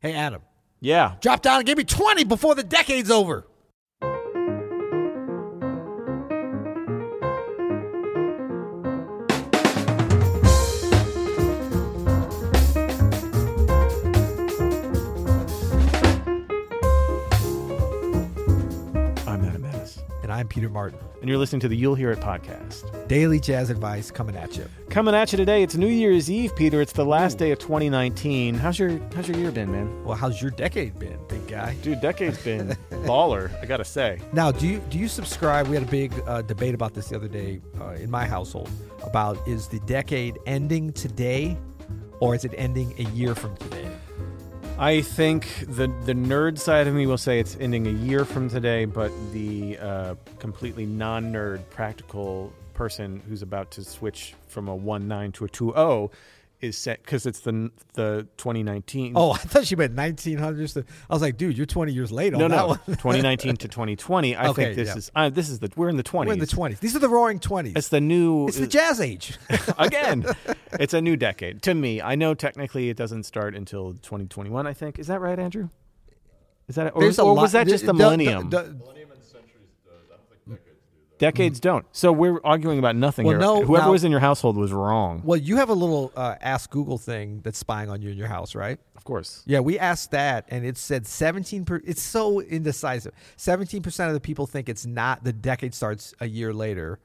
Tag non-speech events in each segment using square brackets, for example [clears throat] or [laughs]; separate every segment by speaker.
Speaker 1: Hey, Adam,
Speaker 2: Yeah.
Speaker 1: drop down and give me 20 before the decade's over.
Speaker 2: I'm Adam Menace.
Speaker 1: And I'm Peter Martin.
Speaker 2: And you're listening to the You'll Hear It podcast.
Speaker 1: Daily jazz advice coming at you.
Speaker 2: Coming at you today, it's New Year's Eve, Peter. It's the last day of 2019. How's your How's your year been, man?
Speaker 1: Well, how's your decade been, big guy?
Speaker 2: Dude, decade's been [laughs] baller. I gotta say.
Speaker 1: Now, do you do you subscribe? We had a big uh, debate about this the other day uh, in my household about is the decade ending today, or is it ending a year from today?
Speaker 2: I think the the nerd side of me will say it's ending a year from today, but the uh, completely non nerd practical person who's about to switch from a one nine to a two zero is set because it's the the 2019.
Speaker 1: Oh, I thought she meant 1900s. I was like, dude, you're 20 years late on
Speaker 2: No,
Speaker 1: that
Speaker 2: no,
Speaker 1: [laughs] one.
Speaker 2: 2019 to 2020. I
Speaker 1: Okay,
Speaker 2: think this
Speaker 1: yeah.
Speaker 2: is uh, this is the we're in the 20s.
Speaker 1: We're in the 20s. These are the Roaring 20s.
Speaker 2: It's the
Speaker 1: [laughs]
Speaker 2: new
Speaker 1: It's the jazz age.
Speaker 2: again. It's a new decade to me. I know technically it doesn't start until 2021. I think is that right, Andrew? Is that or,
Speaker 1: There's a
Speaker 2: or
Speaker 1: lot-
Speaker 2: was that just the,
Speaker 1: [laughs] the- the-
Speaker 2: millennium?
Speaker 1: the- mm.
Speaker 2: Decades don't. So we're arguing about nothing
Speaker 1: Well,
Speaker 2: here.
Speaker 1: no,
Speaker 2: Whoever
Speaker 1: now-
Speaker 2: was in your household was wrong.
Speaker 1: well, you have a little uh, Ask Google thing that's spying on you in your house, right?
Speaker 2: Of course.
Speaker 1: Yeah, we asked that, and it said 17. Per, it's so indecisive. 17 percent of the people think it's not the decade starts a year later,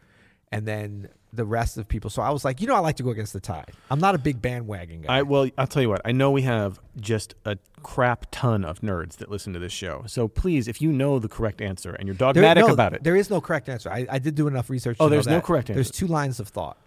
Speaker 1: and then the rest of people. So I was like, you know, I like to go against the tide. I'm not a big bandwagon guy.
Speaker 2: I well, I'll tell you what. I know we have just a crap ton of nerds that listen to this show. So please, if you know the correct answer and you're
Speaker 1: There-
Speaker 2: dogmatic
Speaker 1: no,
Speaker 2: about it,
Speaker 1: There is no correct answer. I, I did do enough research.
Speaker 2: Oh,
Speaker 1: to know
Speaker 2: there's no
Speaker 1: that.
Speaker 2: correct
Speaker 1: There's
Speaker 2: answer.
Speaker 1: two lines of [sighs] thought.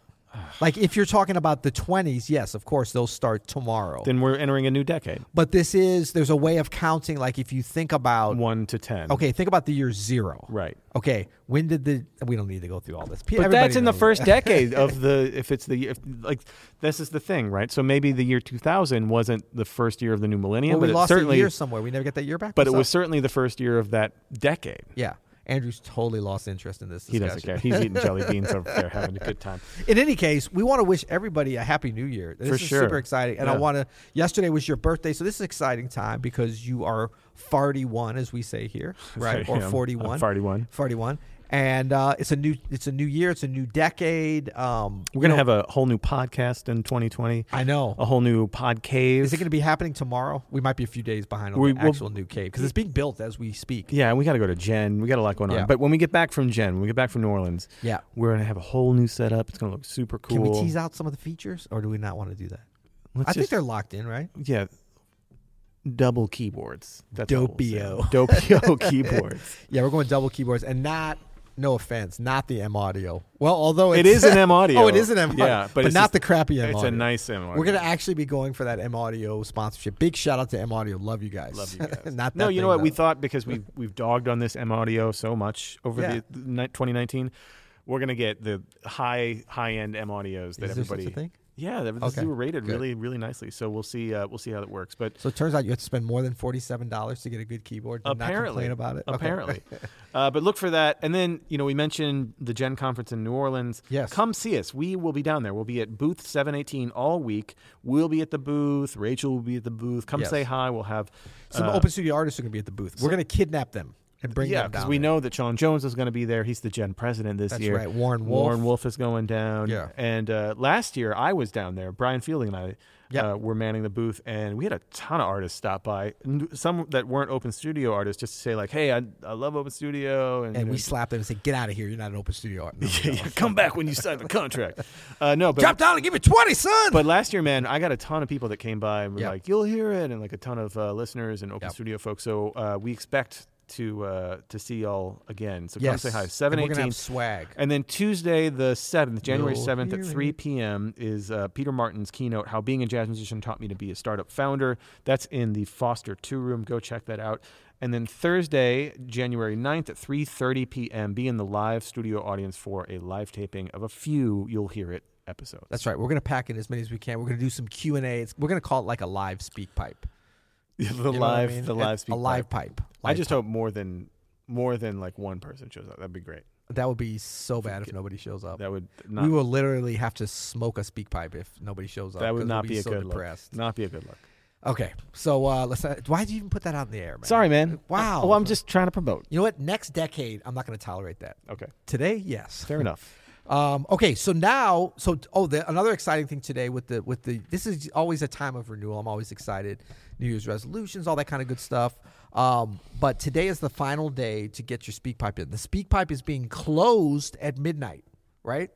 Speaker 1: like if you're talking about the 20s, yes, of course they'll start tomorrow.
Speaker 2: then we're entering a new decade.
Speaker 1: but this is there's a way of counting. Like if you think about
Speaker 2: One to ten.
Speaker 1: okay, think about the year zero.
Speaker 2: Right.
Speaker 1: Okay, when did the we don't need to go through all this.
Speaker 2: But that's in the first decade [laughs] of the if it's the if, like this is the thing, right? So maybe the year 2000 wasn't the first year of the new millennium,
Speaker 1: Well, we
Speaker 2: but
Speaker 1: lost
Speaker 2: it certainly
Speaker 1: a year somewhere. We never get that year back.
Speaker 2: but it
Speaker 1: What's
Speaker 2: was
Speaker 1: up?
Speaker 2: certainly the first year of that decade.
Speaker 1: yeah. Andrew's totally lost interest in this.
Speaker 2: He
Speaker 1: Discussion.
Speaker 2: doesn't care. He's eating
Speaker 1: [laughs]
Speaker 2: jelly beans over there, having a good time.
Speaker 1: In any case, we want to wish everybody a happy new year. This
Speaker 2: For
Speaker 1: is
Speaker 2: sure.
Speaker 1: super exciting. And I
Speaker 2: Yeah.
Speaker 1: want to yesterday was your birthday, so this is an exciting time because you are 41 as we say
Speaker 2: [laughs]
Speaker 1: here, right?
Speaker 2: I
Speaker 1: Or
Speaker 2: am. I'm
Speaker 1: 41.
Speaker 2: 41.
Speaker 1: 41. And uh, it's a new it's a new year, it's a new decade. Um
Speaker 2: We're gonna have a whole new podcast in 2020.
Speaker 1: I know.
Speaker 2: a whole new pod cave.
Speaker 1: Is it going to be happening tomorrow? We might be a few days behind on
Speaker 2: We-
Speaker 1: the
Speaker 2: we'll-
Speaker 1: actual new cave because it's being built as we speak.
Speaker 2: yeah, we got to go to Jen. We got a lot going on.
Speaker 1: Yeah.
Speaker 2: But when we get back from Jen, when we get back from New Orleans,
Speaker 1: Yeah.
Speaker 2: we're gonna have a whole new setup. It's gonna look super cool.
Speaker 1: Can we tease out some of the features, or do we not want to do that?
Speaker 2: Let's
Speaker 1: I think
Speaker 2: just-
Speaker 1: they're locked in, right?
Speaker 2: yeah, double keyboards. That's all we'll say.
Speaker 1: Dopio. [laughs]
Speaker 2: Dopio keyboards.
Speaker 1: Yeah, we're going double keyboards and not. No offense, not the M audio. Well, although it's,
Speaker 2: It is
Speaker 1: [laughs]
Speaker 2: an M audio.
Speaker 1: oh, it is an M audio.
Speaker 2: Yeah, but,
Speaker 1: but,
Speaker 2: it's
Speaker 1: not
Speaker 2: just-
Speaker 1: the crappy M
Speaker 2: It's
Speaker 1: audio.
Speaker 2: a nice M audio.
Speaker 1: We're gonna actually be going for that M audio sponsorship. Big shout out to M audio. Love you guys. [laughs]
Speaker 2: Love you guys.
Speaker 1: not that
Speaker 2: no, you
Speaker 1: thing,
Speaker 2: know what? We
Speaker 1: though.
Speaker 2: thought because we've we've dogged on this M audio so much over
Speaker 1: Yeah.
Speaker 2: the, the ni- 2019, we're gonna get the high high end M audios that
Speaker 1: Is there such a
Speaker 2: everybody.
Speaker 1: thing?
Speaker 2: Yeah, that these
Speaker 1: Okay,
Speaker 2: were rated
Speaker 1: good.
Speaker 2: really really nicely. So we'll see uh, we'll see how that works. But
Speaker 1: So it turns out you have to spend more than forty seven dollars to get a good keyboard. and not
Speaker 2: apparently
Speaker 1: complain about it. Okay. [laughs]
Speaker 2: Apparently, uh, but look for that. And then you know we mentioned the Gen Conference in New Orleans.
Speaker 1: Yes.
Speaker 2: come see us. We will be down there. We'll be at booth seven eighteen all week. We'll be at the booth. Rachel will be at the booth. Come
Speaker 1: Yes.
Speaker 2: say hi. We'll have
Speaker 1: Some
Speaker 2: uh,
Speaker 1: open studio artists are gonna be at the booth. We're gonna kidnap them and bring
Speaker 2: yeah,
Speaker 1: them
Speaker 2: because
Speaker 1: down.
Speaker 2: we
Speaker 1: there.
Speaker 2: know that Sean Jones is going to be there. He's the Gen president this
Speaker 1: That's
Speaker 2: year.
Speaker 1: right. Warren Wolf.
Speaker 2: Warren Wolf is going down.
Speaker 1: Yeah.
Speaker 2: And uh, last year I was down there. Brian Fielding and I
Speaker 1: Yep.
Speaker 2: uh, were manning the booth, and we had a ton of artists stop by. N- Some that weren't Open Studio artists, just to say like, "Hey, I, I love Open Studio," and, you
Speaker 1: and
Speaker 2: know,
Speaker 1: we slap them and say, "Get out of here! You're not an open studio
Speaker 2: [laughs]
Speaker 1: art." No,
Speaker 2: yeah, come back when you sign the contract. [laughs] Uh, no, but
Speaker 1: Drop down and give me twenty, son.
Speaker 2: but last year, man, I got a ton of people that came by and were
Speaker 1: Yep.
Speaker 2: like, "You'll hear it," and like a ton of uh, listeners and open
Speaker 1: Yep.
Speaker 2: studio folks. So uh, we expect to uh, to see y'all again. So
Speaker 1: yes,
Speaker 2: come say hi.
Speaker 1: And
Speaker 2: Seven
Speaker 1: We're gonna
Speaker 2: eighteen.
Speaker 1: have swag.
Speaker 2: And then Tuesday, the 7th, January
Speaker 1: You'll
Speaker 2: 7th at
Speaker 1: hear
Speaker 2: 3 p.m., is uh, Peter Martin's keynote, How Being a Jazz Musician Taught Me to Be a Startup Founder. That's in the Foster 2 room. Go check that out. And then Thursday, January 9th at 3.30 p.m., be in the live studio audience for a live taping of a few You'll Hear It episodes.
Speaker 1: [laughs] That's right. We're gonna pack in as many as we can. We're gonna do some Q and A. We're gonna call it like a live speak pipe.
Speaker 2: the
Speaker 1: You know what I
Speaker 2: live,
Speaker 1: mean?
Speaker 2: the
Speaker 1: And
Speaker 2: live speak
Speaker 1: a live pipe.
Speaker 2: I
Speaker 1: Live
Speaker 2: just
Speaker 1: pipe.
Speaker 2: hope more than more than like one person shows up. That'd be great.
Speaker 1: that would be so bad if nobody shows up.
Speaker 2: That would not.
Speaker 1: We will literally have to smoke a speak pipe if nobody shows up.
Speaker 2: that
Speaker 1: 'cause
Speaker 2: would
Speaker 1: we'll
Speaker 2: not be, a
Speaker 1: so
Speaker 2: good
Speaker 1: depressed.
Speaker 2: look. Not be a good look.
Speaker 1: Okay, so uh, let's. Not, why did you even put that out in the air, man?
Speaker 2: Sorry, man.
Speaker 1: Wow.
Speaker 2: Oh, I'm just trying to promote.
Speaker 1: You know what? Next decade, I'm not going to tolerate that.
Speaker 2: Okay.
Speaker 1: Today, yes.
Speaker 2: Fair enough.
Speaker 1: Um, okay, so now, so oh, the, another exciting thing today with the with the this is always a time of renewal. I'm always excited. New Year's resolutions, all that kind of good stuff. Um, but today is the final day to get your speak pipe in. The speak pipe is being closed at midnight, right?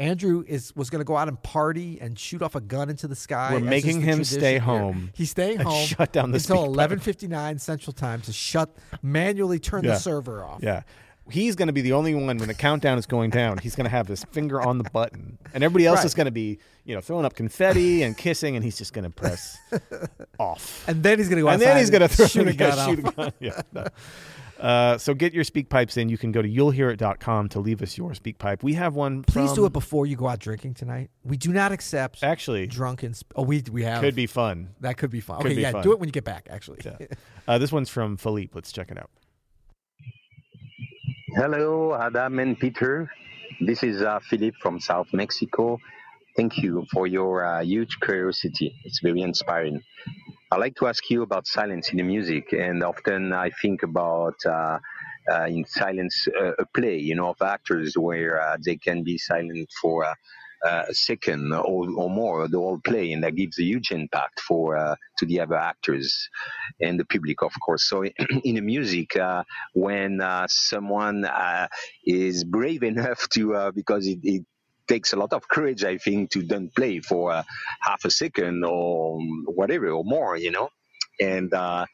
Speaker 1: Andrew is was going to go out and party and shoot off a gun into the sky.
Speaker 2: We're
Speaker 1: as is
Speaker 2: making
Speaker 1: the
Speaker 2: him stay
Speaker 1: tradition here.
Speaker 2: home
Speaker 1: He's staying
Speaker 2: and
Speaker 1: home.
Speaker 2: shut down the
Speaker 1: until
Speaker 2: speak pipe.
Speaker 1: 11:59 Central Time to shut manually turn
Speaker 2: Yeah.
Speaker 1: the server off.
Speaker 2: Yeah. He's going to be the only one when the countdown is going down. He's going to have his finger on the button, and everybody else
Speaker 1: Right.
Speaker 2: is going to be, you know, throwing up confetti and kissing, and he's just going
Speaker 1: [laughs]
Speaker 2: to press off.
Speaker 1: And then he's going to go
Speaker 2: and then
Speaker 1: outside
Speaker 2: he's going to throw
Speaker 1: shoot
Speaker 2: [laughs]
Speaker 1: a gun off.
Speaker 2: shoot a gun. Yeah, no. Uh, so get your speak pipes in. You can go to you'llhearit.com to leave us your speak pipe. We have one.
Speaker 1: Please
Speaker 2: from-
Speaker 1: do it before you go out drinking tonight. We do not accept
Speaker 2: Actually,
Speaker 1: drunken. Sp- oh, we we have
Speaker 2: could be fun.
Speaker 1: that could be fun.
Speaker 2: could
Speaker 1: okay,
Speaker 2: be
Speaker 1: yeah,
Speaker 2: fun.
Speaker 1: do it when you get back. Actually, [laughs]
Speaker 2: Yeah. Uh, this one's from Philippe. Let's check it out.
Speaker 3: Hello, Adam and Peter. This is uh, Philip from South Mexico. Thank you for your uh, huge curiosity. It's very inspiring. I like to ask you about silence in the music, and often I think about uh, uh, in silence uh, a play, you know, of actors where uh, they can be silent for uh, uh, a second or, or more, the whole play, and that gives a huge impact for uh, to the other actors and the public, of course. So [clears throat] in the music, uh, when uh, someone uh, is brave enough to, uh, because it, it takes a lot of courage, I think, to don't play for uh, half a second or whatever or more, you know. And uh,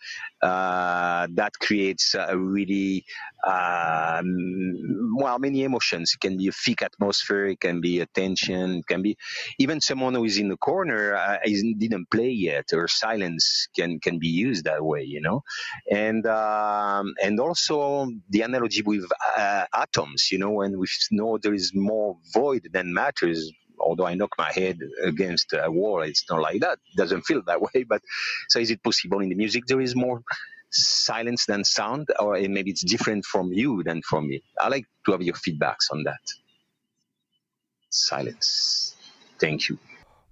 Speaker 3: uh, that creates a really um, well many emotions. It can be a thick atmosphere, it can be a tension, it can be even someone who is in the corner uh, isn't, didn't play yet, or silence can can be used that way, you know and um, and also the analogy with uh, atoms. You know, when we know there is more void than matters. Although I knock my head against a wall, it's not like that. It doesn't feel that way. But so, is it possible in the music there is more silence than sound, or eh, maybe it's different from you than from me? I like to have your feedbacks on that. Silence. Thank you.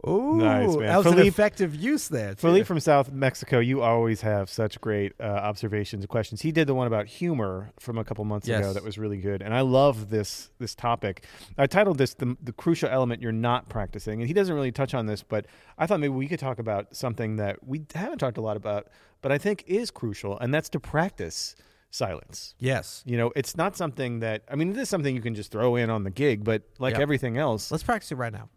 Speaker 1: Ooh,
Speaker 2: Nice, man.
Speaker 1: that was an
Speaker 2: Philippe-
Speaker 1: effective use there. too.
Speaker 2: Philippe from South Mexico, you always have such great uh, observations and questions. He did the one about humor from a couple months ago
Speaker 1: Yes.
Speaker 2: that was really good, and I love this this topic. I titled this the, "The Crucial Element You're Not Practicing," and he doesn't really touch on this, but I thought maybe we could talk about something that we haven't talked a lot about, but I think is crucial, and that's to practice silence.
Speaker 1: Yes,
Speaker 2: You know, it's not something that I mean, it is something you can just throw in on the gig, but like
Speaker 1: Yeah.
Speaker 2: everything
Speaker 1: [laughs]
Speaker 2: else,
Speaker 1: let's practice it right now.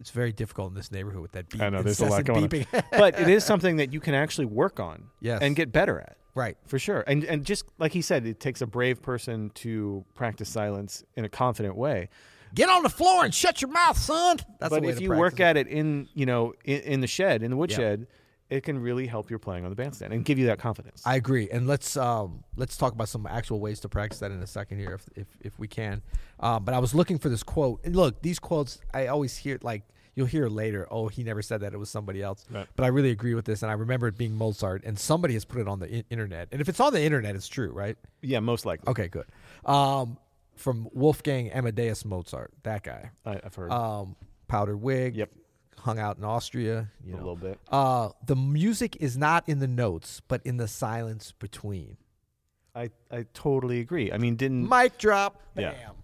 Speaker 1: It's very difficult in this neighborhood with that beep.
Speaker 2: I know there's a lot
Speaker 1: incessant
Speaker 2: going
Speaker 1: beeping. [laughs]
Speaker 2: on, but it is something that you can actually work on,
Speaker 1: Yes.
Speaker 2: and get better at.
Speaker 1: right.
Speaker 2: For sure. And and just like he said, it takes a brave person to practice silence in a confident way.
Speaker 1: Get on the floor and shut your mouth, son. That's
Speaker 2: but
Speaker 1: the way
Speaker 2: if
Speaker 1: to
Speaker 2: you
Speaker 1: practice
Speaker 2: work
Speaker 1: it.
Speaker 2: at it in, you know, in, in the shed, in the woodshed, it can really help your playing on the bandstand and give you that confidence.
Speaker 1: I agree, and let's um, let's talk about some actual ways to practice that in a second here, if if, if we can. Um, but I was looking for this quote, and look, these quotes I always hear like you'll hear later. Oh, he never said that; it was somebody else.
Speaker 2: Right.
Speaker 1: But I really agree with this, and I remember it being Mozart, and somebody has put it on the in- internet. And if it's on the internet, it's true, right?
Speaker 2: yeah, most likely.
Speaker 1: Okay, good. Um, from Wolfgang Amadeus Mozart, that guy,
Speaker 2: I, I've heard
Speaker 1: um, powdered wig,
Speaker 2: Yep.
Speaker 1: hung out in Austria, you
Speaker 2: a
Speaker 1: know.
Speaker 2: little bit.
Speaker 1: Uh, the music is not in the notes, but in the silence between.
Speaker 2: I, I totally agree. I mean, didn't
Speaker 1: Mic drop.
Speaker 2: Yeah.
Speaker 1: Bam.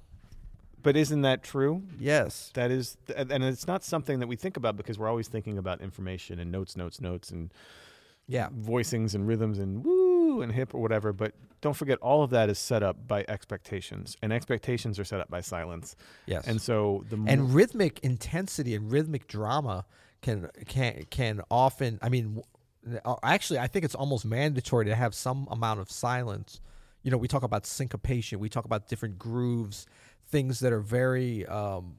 Speaker 2: but isn't that true?
Speaker 1: Yes.
Speaker 2: That is, and it's not something that we think about because we're always thinking about information and notes, notes, notes, and
Speaker 1: Yeah.
Speaker 2: voicings and rhythms and woo and hip or whatever. But don't forget, all of that is set up by expectations, and expectations are set up by silence.
Speaker 1: Yes.
Speaker 2: And so the more,
Speaker 1: And rhythmic intensity and rhythmic drama can can can often. I mean, w- uh, actually, I think it's almost mandatory to have some amount of silence. You know, we talk about syncopation. We talk about different grooves, things that are very, um,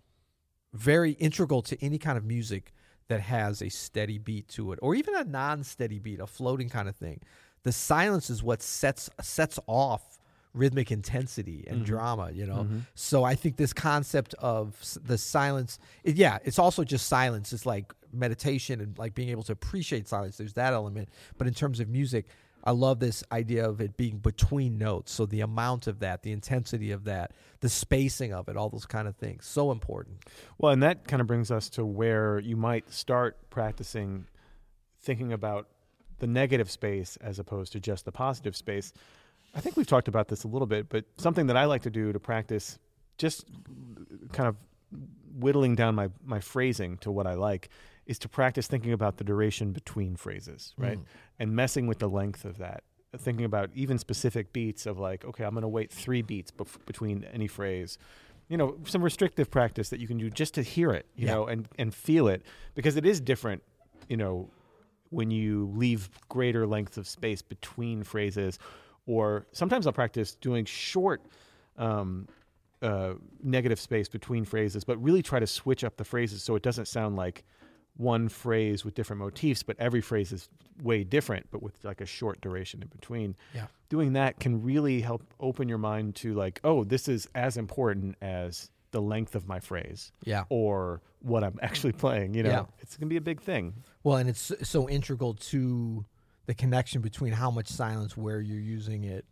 Speaker 1: very integral to any kind of music that has a steady beat to it, or even a non-steady beat, a floating kind of thing. The silence is what sets sets off rhythmic intensity and drama, you know. So I think this concept of s- the silence, it- yeah, it's also just silence. It's like meditation and like being able to appreciate silence. There's that element, but in terms of music, I love this idea of it being between notes. So the amount of that, the intensity of that, the spacing of it, all those kind of things, so important.
Speaker 2: Well, and that kind of brings us to where you might start practicing thinking about the negative space as opposed to just the positive space. I think we've talked about this a little bit, but something that I like to do to practice just kind of whittling down my, my phrasing to what I like is to practice thinking about the duration between phrases, right? And messing with the length of that. Thinking about even specific beats of like, okay, I'm going to wait three beats bef- between any phrase. You know, some restrictive practice that you can do just to hear it, you know, and, and feel it because it is different, you know, when you leave greater lengths of space between phrases. Or sometimes I'll practice doing short um, uh, negative space between phrases, but really try to switch up the phrases so it doesn't sound like one phrase with different motifs, but every phrase is way different, but with like a short duration in between.
Speaker 1: Yeah.
Speaker 2: Doing that can really help open your mind to like, oh, this is as important as the length of my phrase
Speaker 1: Yeah.
Speaker 2: or what I'm actually playing. You know,
Speaker 1: Yeah.
Speaker 2: it's going to be a big thing.
Speaker 1: Well, and it's so integral to the connection between how much silence, where you're using it,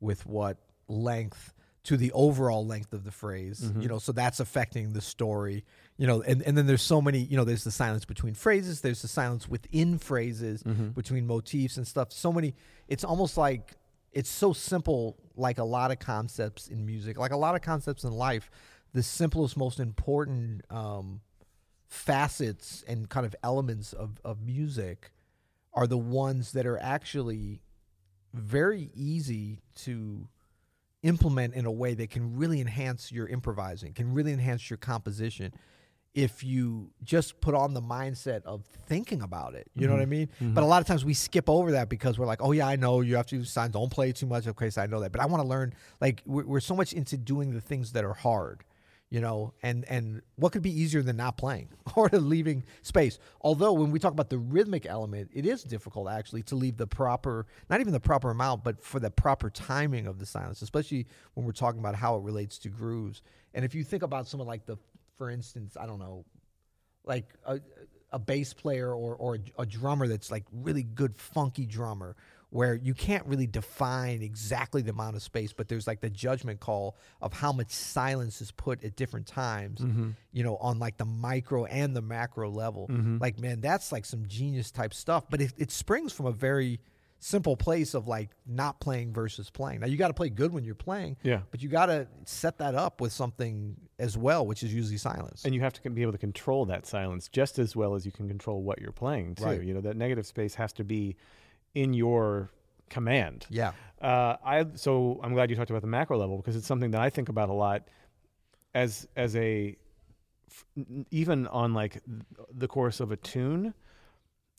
Speaker 1: with what length to the overall length of the phrase. You know, so that's affecting the story. You know, and, and then there's so many, you know, there's the silence between phrases, there's the silence within phrases, between motifs and stuff. So many it's almost like it's so simple, like a lot of concepts in music, like a lot of concepts in life. The simplest, most important um, facets and kind of elements of, of music are the ones that are actually very easy to implement in a way that can really enhance your improvising, can really enhance your composition if you just put on the mindset of thinking about it. You know what I mean? But a lot of times we skip over that because we're like, oh, yeah, I know you have to do signs, don't play too much. Okay, so I know that. But I want to learn, like, we're, we're so much into doing the things that are hard you know and and what could be easier than not playing [laughs] or leaving space although when we talk about the rhythmic element it is difficult actually to leave the proper not even the proper amount but for the proper timing of the silence especially when we're talking about how it relates to grooves and if you think about someone like the for instance i don't know like a, a bass player or, or a drummer that's like really good funky drummer where you can't really define exactly the amount of space but there's like the judgment call of how much silence is put at different times
Speaker 2: Mm-hmm.
Speaker 1: you know on like the micro and the macro level
Speaker 2: Mm-hmm.
Speaker 1: like man that's like some genius type stuff but it, it springs from a very simple place of like not playing versus playing now you got to play good when you're playing
Speaker 2: Yeah.
Speaker 1: but you got to set that up with something as well which is usually silence
Speaker 2: And you have to con- be able to control that silence just as well as you can control what you're playing too.
Speaker 1: Right.
Speaker 2: You know, that negative space has to be in your command.
Speaker 1: yeah
Speaker 2: Uh, I so I'm glad you talked about the macro level because it's something that I think about a lot as as a f- n- even on like th- the course of a tune.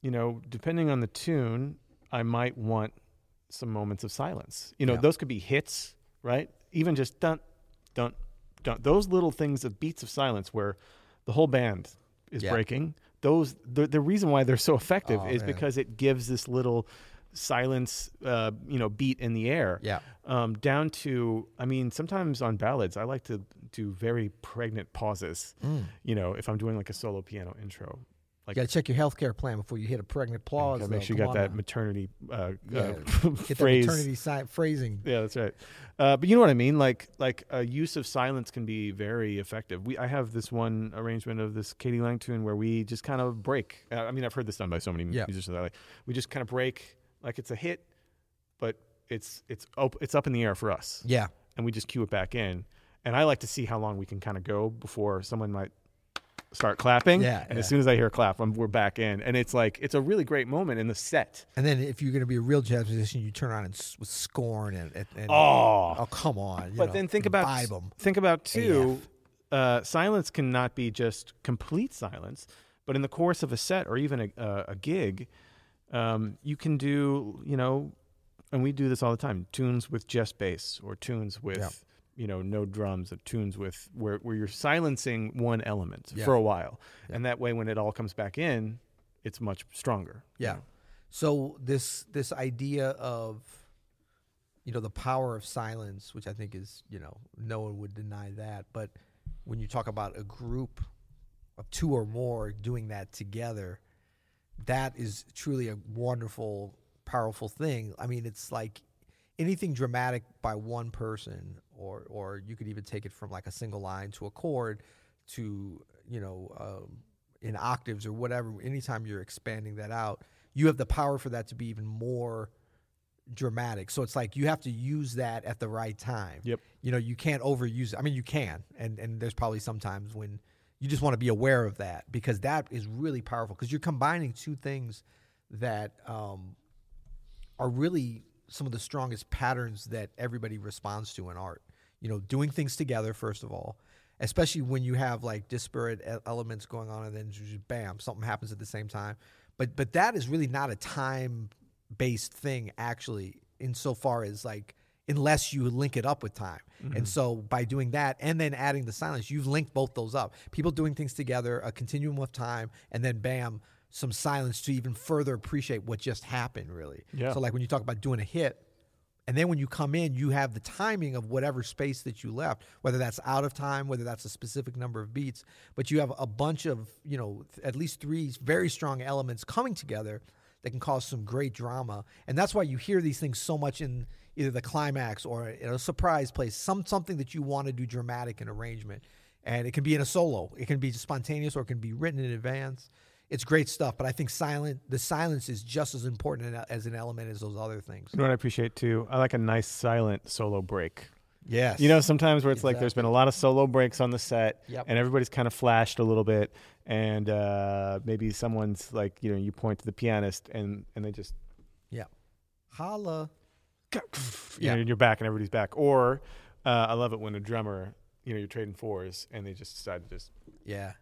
Speaker 2: You know, depending on the tune, I might want some moments of silence. You know,
Speaker 1: Yeah.
Speaker 2: those could be hits, right? Even just dun dun dun. Those little things of beats of silence where the whole band is
Speaker 1: Yeah.
Speaker 2: breaking. Those the the reason why they're so effective
Speaker 1: Oh,
Speaker 2: is
Speaker 1: man.
Speaker 2: because it gives this little silence, uh, you know, beat in the air.
Speaker 1: Yeah.
Speaker 2: Um, down to, I mean, sometimes on ballads, I like to do very pregnant pauses.
Speaker 1: Mm.
Speaker 2: You know, if I'm doing like a solo piano intro, like
Speaker 1: You got to check your healthcare plan before you hit a pregnant pause.
Speaker 2: gotta make
Speaker 1: though.
Speaker 2: sure you
Speaker 1: Come
Speaker 2: got
Speaker 1: on
Speaker 2: that
Speaker 1: now.
Speaker 2: maternity uh, [laughs]
Speaker 1: Yeah.
Speaker 2: uh,
Speaker 1: Get that
Speaker 2: phrase.
Speaker 1: maternity si-
Speaker 2: [laughs]
Speaker 1: phrasing.
Speaker 2: Yeah, that's right. Uh, but you know what I mean. Like, like a use of silence can be very effective. We, I have this one arrangement of this Katie Lang tune where we just kind of break. Uh, I mean, I've heard this done by so many
Speaker 1: Yeah.
Speaker 2: musicians. That I like, we just kind of break. Like it's a hit, but it's it's op- it's up in the air for us,
Speaker 1: Yeah,
Speaker 2: and we just cue it back in. And I like to see how long we can kind of go before someone might start clapping.
Speaker 1: Yeah,
Speaker 2: And as
Speaker 1: yeah.
Speaker 2: soon as I hear a clap, I'm, we're back in, and it's like it's a really great moment in the set.
Speaker 1: and then if you're going to be a real jazz musician, you turn on and s- with scorn and, and, and
Speaker 2: Oh,
Speaker 1: oh, come on. you
Speaker 2: but
Speaker 1: know,
Speaker 2: then think about
Speaker 1: vibe 'em.
Speaker 2: think about too uh, silence cannot be just complete silence but in the course of a set or even a, a, a gig um, you can do you know and we do this all the time tunes with just bass or tunes with
Speaker 1: Yeah.
Speaker 2: you know no drums or tunes with where, where you're silencing one element
Speaker 1: Yeah.
Speaker 2: for a while and that way when it all comes back in it's much stronger you
Speaker 1: Yeah.
Speaker 2: know?
Speaker 1: So this this idea of you know the power of silence, which I think is you know no one would deny that, but when you talk about a group of two or more doing that together, that is truly a wonderful powerful thing. I mean, it's like anything dramatic by one person, or or you could even take it from like a single line to a chord to you know um, in octaves or whatever. Anytime you're expanding that out, you have the power for that to be even more dramatic. So it's like you have to use that at the right time.
Speaker 2: Yep.
Speaker 1: You know, you can't overuse it. I mean, you can, and and there's probably sometimes when you just want to be aware of that because that is really powerful because you're combining two things that um, are really some of the strongest patterns that everybody responds to in art. You know, doing things together first of all, especially when you have like disparate e- elements going on, and then just bam, something happens at the same time. But but that is really not a time based thing actually, insofar as like unless you link it up with time. And so by doing that and then adding the silence, you've linked both those up. People doing things together, a continuum of time, and then bam, some silence to even further appreciate what just happened, really.
Speaker 2: Yeah.
Speaker 1: So like when you talk about doing a hit, and then when you come in, you have the timing of whatever space that you left, whether that's out of time, whether that's a specific number of beats, but you have a bunch of, you know, th- at least three very strong elements coming together that can cause some great drama. And that's why you hear these things so much in either the climax or in a surprise place, some something that you want to do dramatic in arrangement. And it can be in a solo, it can be spontaneous or it can be written in advance. It's great stuff, but I think silent the silence is just as important an- as an element as those other things.
Speaker 2: You know what I appreciate too? I like a nice silent solo break.
Speaker 1: Yes.
Speaker 2: You know, sometimes where it's like there's been a lot of solo breaks on the set,
Speaker 1: Yep.
Speaker 2: and everybody's kind of flashed a little bit, and uh, maybe someone's like, you know, you point to the pianist, and and they just,
Speaker 1: Yeah. Holla.
Speaker 2: you know, you're back, and everybody's back. Or uh, I love it when a drummer, you know, you're trading fours, and they just decide to just
Speaker 1: Yeah.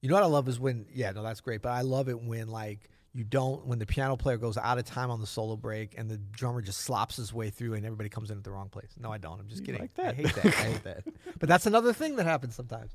Speaker 1: You know what I love is when yeah, no, that's great. But I love it when like you don't when the piano player goes out of time on the solo break and the drummer just slops his way through and everybody comes in at the wrong place. No, I don't. I'm just kidding.
Speaker 2: like that.
Speaker 1: I hate that. I hate that. But that's another thing that happens sometimes.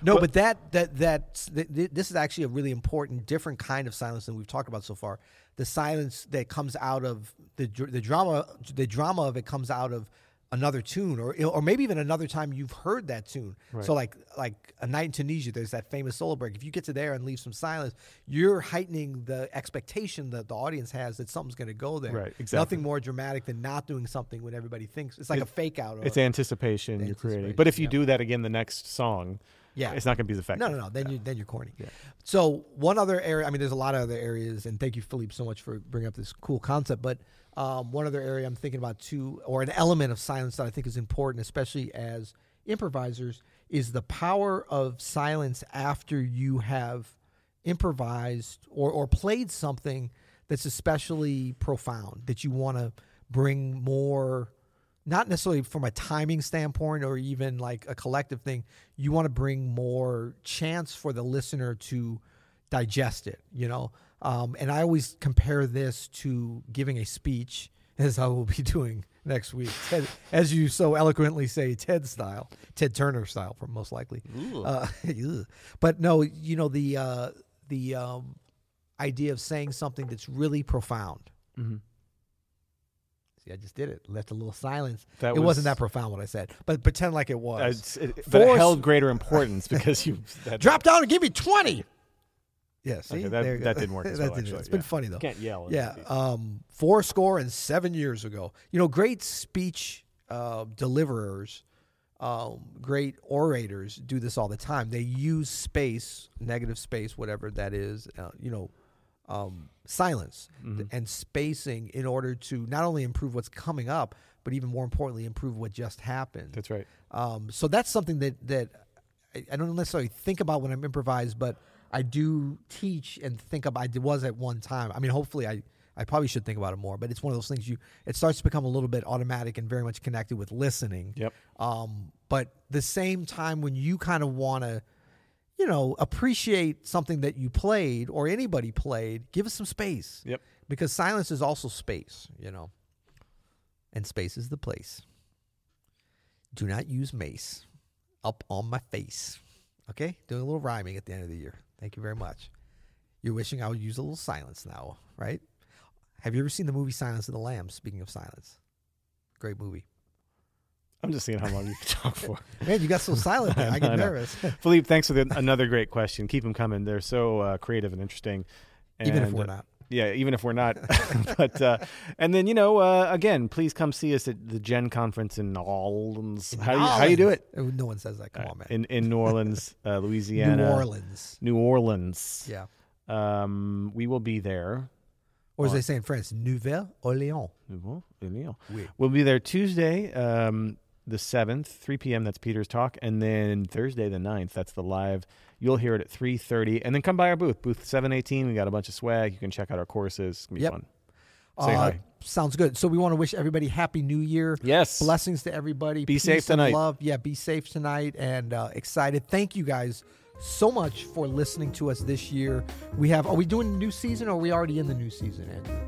Speaker 1: No, but that that that th- th- this is actually a really important, different kind of silence than we've talked about so far. The silence that comes out of the dr- the drama, the drama of it comes out of another tune, or or maybe even another time you've heard that tune. So like like a night in Tunisia, there's that famous solo break. If you get to there and leave some silence, you're heightening the expectation that the audience has that something's going to go there.
Speaker 2: Right, exactly.
Speaker 1: Nothing more dramatic than not doing something when everybody thinks it's like a fake out. Or,
Speaker 2: it's anticipation you're creating. But if you do that again the next song,
Speaker 1: Yeah.
Speaker 2: it's not going to be as
Speaker 1: No,
Speaker 2: effective.
Speaker 1: no, no. Then you then you're corny. So one other area. I mean, there's a lot of other areas, and thank you, Philippe, so much for bringing up this cool concept. But um, one other area I'm thinking about too, or an element of silence that I think is important, especially as improvisers, is the power of silence after you have improvised or or played something that's especially profound that you want to bring more not necessarily from a timing standpoint or even like a collective thing you want to bring more chance for the listener to digest it you know um, and i always compare this to giving a speech [laughs] as i will be doing next week [laughs] Ted, as you so eloquently say ted style ted turner style for most likely Uh, [laughs] ew. but no you know the uh, the um, idea of saying something that's really profound
Speaker 2: Mm-hmm.
Speaker 1: see i just did it left a little silence
Speaker 2: That
Speaker 1: it
Speaker 2: was-
Speaker 1: wasn't that profound what i said but pretend like it was
Speaker 2: Uh, it's- it, but it
Speaker 1: Force-
Speaker 2: held greater importance
Speaker 1: [laughs]
Speaker 2: because you that,
Speaker 1: drop down and give me 20 yeah see
Speaker 2: that-
Speaker 1: There you go.
Speaker 2: that
Speaker 1: [laughs]
Speaker 2: didn't work as well,
Speaker 1: didn't-
Speaker 2: actually,
Speaker 1: it's been
Speaker 2: yeah.
Speaker 1: funny though
Speaker 2: can't yell.
Speaker 1: yeah um four score and seven years ago you know great speech uh, deliverers um, great orators do this all the time they use space negative space whatever that is uh, you know um, silence and spacing in order to not only improve what's coming up but even more importantly improve what just happened
Speaker 2: that's right.
Speaker 1: um, so that's something that that I, I don't necessarily think about when I'm improvised, but I do teach and think about. I did- was at one time. I mean, hopefully, I I probably should think about it more. But it's one of those things you it starts to become a little bit automatic and very much connected with listening.
Speaker 2: Yep.
Speaker 1: Um, but the same time when you kind of want to. You know, appreciate something that you played or anybody played. Give us some space.
Speaker 2: Yep.
Speaker 1: Because silence is also space, you know, and space is the place. Do not use mace up on my face. Okay? Doing a little rhyming at the end of the year. Thank you very much. You're wishing I would use a little silence now, right? Have you ever seen the movie Silence of the Lambs? Speaking of silence, great movie.
Speaker 2: I'm just seeing how long you can talk for.
Speaker 1: Man, you got so
Speaker 2: [laughs]
Speaker 1: silent there. I get
Speaker 2: I know.
Speaker 1: nervous.
Speaker 2: [laughs] Philippe, thanks for the, another great question. Keep them coming. They're so uh, creative and interesting. And,
Speaker 1: Even if we're not.
Speaker 2: Yeah, even if
Speaker 1: [laughs]
Speaker 2: we're not. [laughs] but uh, and then you know, uh, again, please come see us at the Gen Conference in New Orleans. How do you, how you do it? Uh,
Speaker 1: Oh, No one says that. Come on, man.
Speaker 2: In in New Orleans, uh,
Speaker 1: [laughs]
Speaker 2: Louisiana.
Speaker 1: New Orleans.
Speaker 2: New Orleans.
Speaker 1: Yeah.
Speaker 2: Um, we will be there.
Speaker 1: Or as they say in France, Nouvelle Orléans.
Speaker 2: Nouveau, Emile.
Speaker 1: Oui.
Speaker 2: We'll be there Tuesday, um, the 7th, 3 p.m. That's Peter's talk. And then Thursday, the 9th, that's the live. You'll hear it at 3.30. And then come by our booth, booth 718. We got a bunch of swag. You can check out our courses. It's going to be
Speaker 1: Yep. Uh,
Speaker 2: fun. Say hi.
Speaker 1: Sounds good. So we want to wish everybody happy New Year.
Speaker 2: Yes.
Speaker 1: Blessings to everybody.
Speaker 2: Be
Speaker 1: Peace
Speaker 2: safe
Speaker 1: and
Speaker 2: tonight.
Speaker 1: Love. Yeah. Be safe tonight and uh, excited. Thank you guys so much for listening to us this year. We have. Are we doing the new season? or Are we already in the new season, Andrew?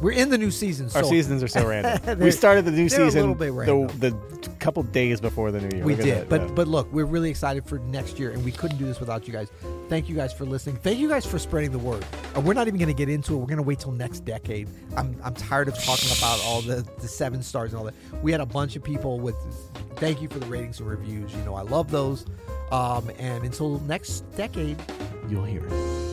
Speaker 1: We're in the new season.
Speaker 2: Our
Speaker 1: so
Speaker 2: seasons
Speaker 1: [laughs]
Speaker 2: are so random.
Speaker 1: They're-
Speaker 2: we started the new
Speaker 1: they're a
Speaker 2: season
Speaker 1: little bit random.
Speaker 2: The, the couple days before the new year.
Speaker 1: We
Speaker 2: Look at
Speaker 1: did,
Speaker 2: that,
Speaker 1: but
Speaker 2: yeah.
Speaker 1: but look, we're really excited for next year, and we couldn't do this without you guys. Thank you guys for listening. Thank you guys for spreading the word. Uh, we're not even going to get into it. We're going to wait till next decade. I'm I'm tired of talking about all the the seven stars and all that. We had a bunch of people with. Thank you for the ratings and reviews. You know I love those. Um, and until next decade,
Speaker 2: you'll hear it.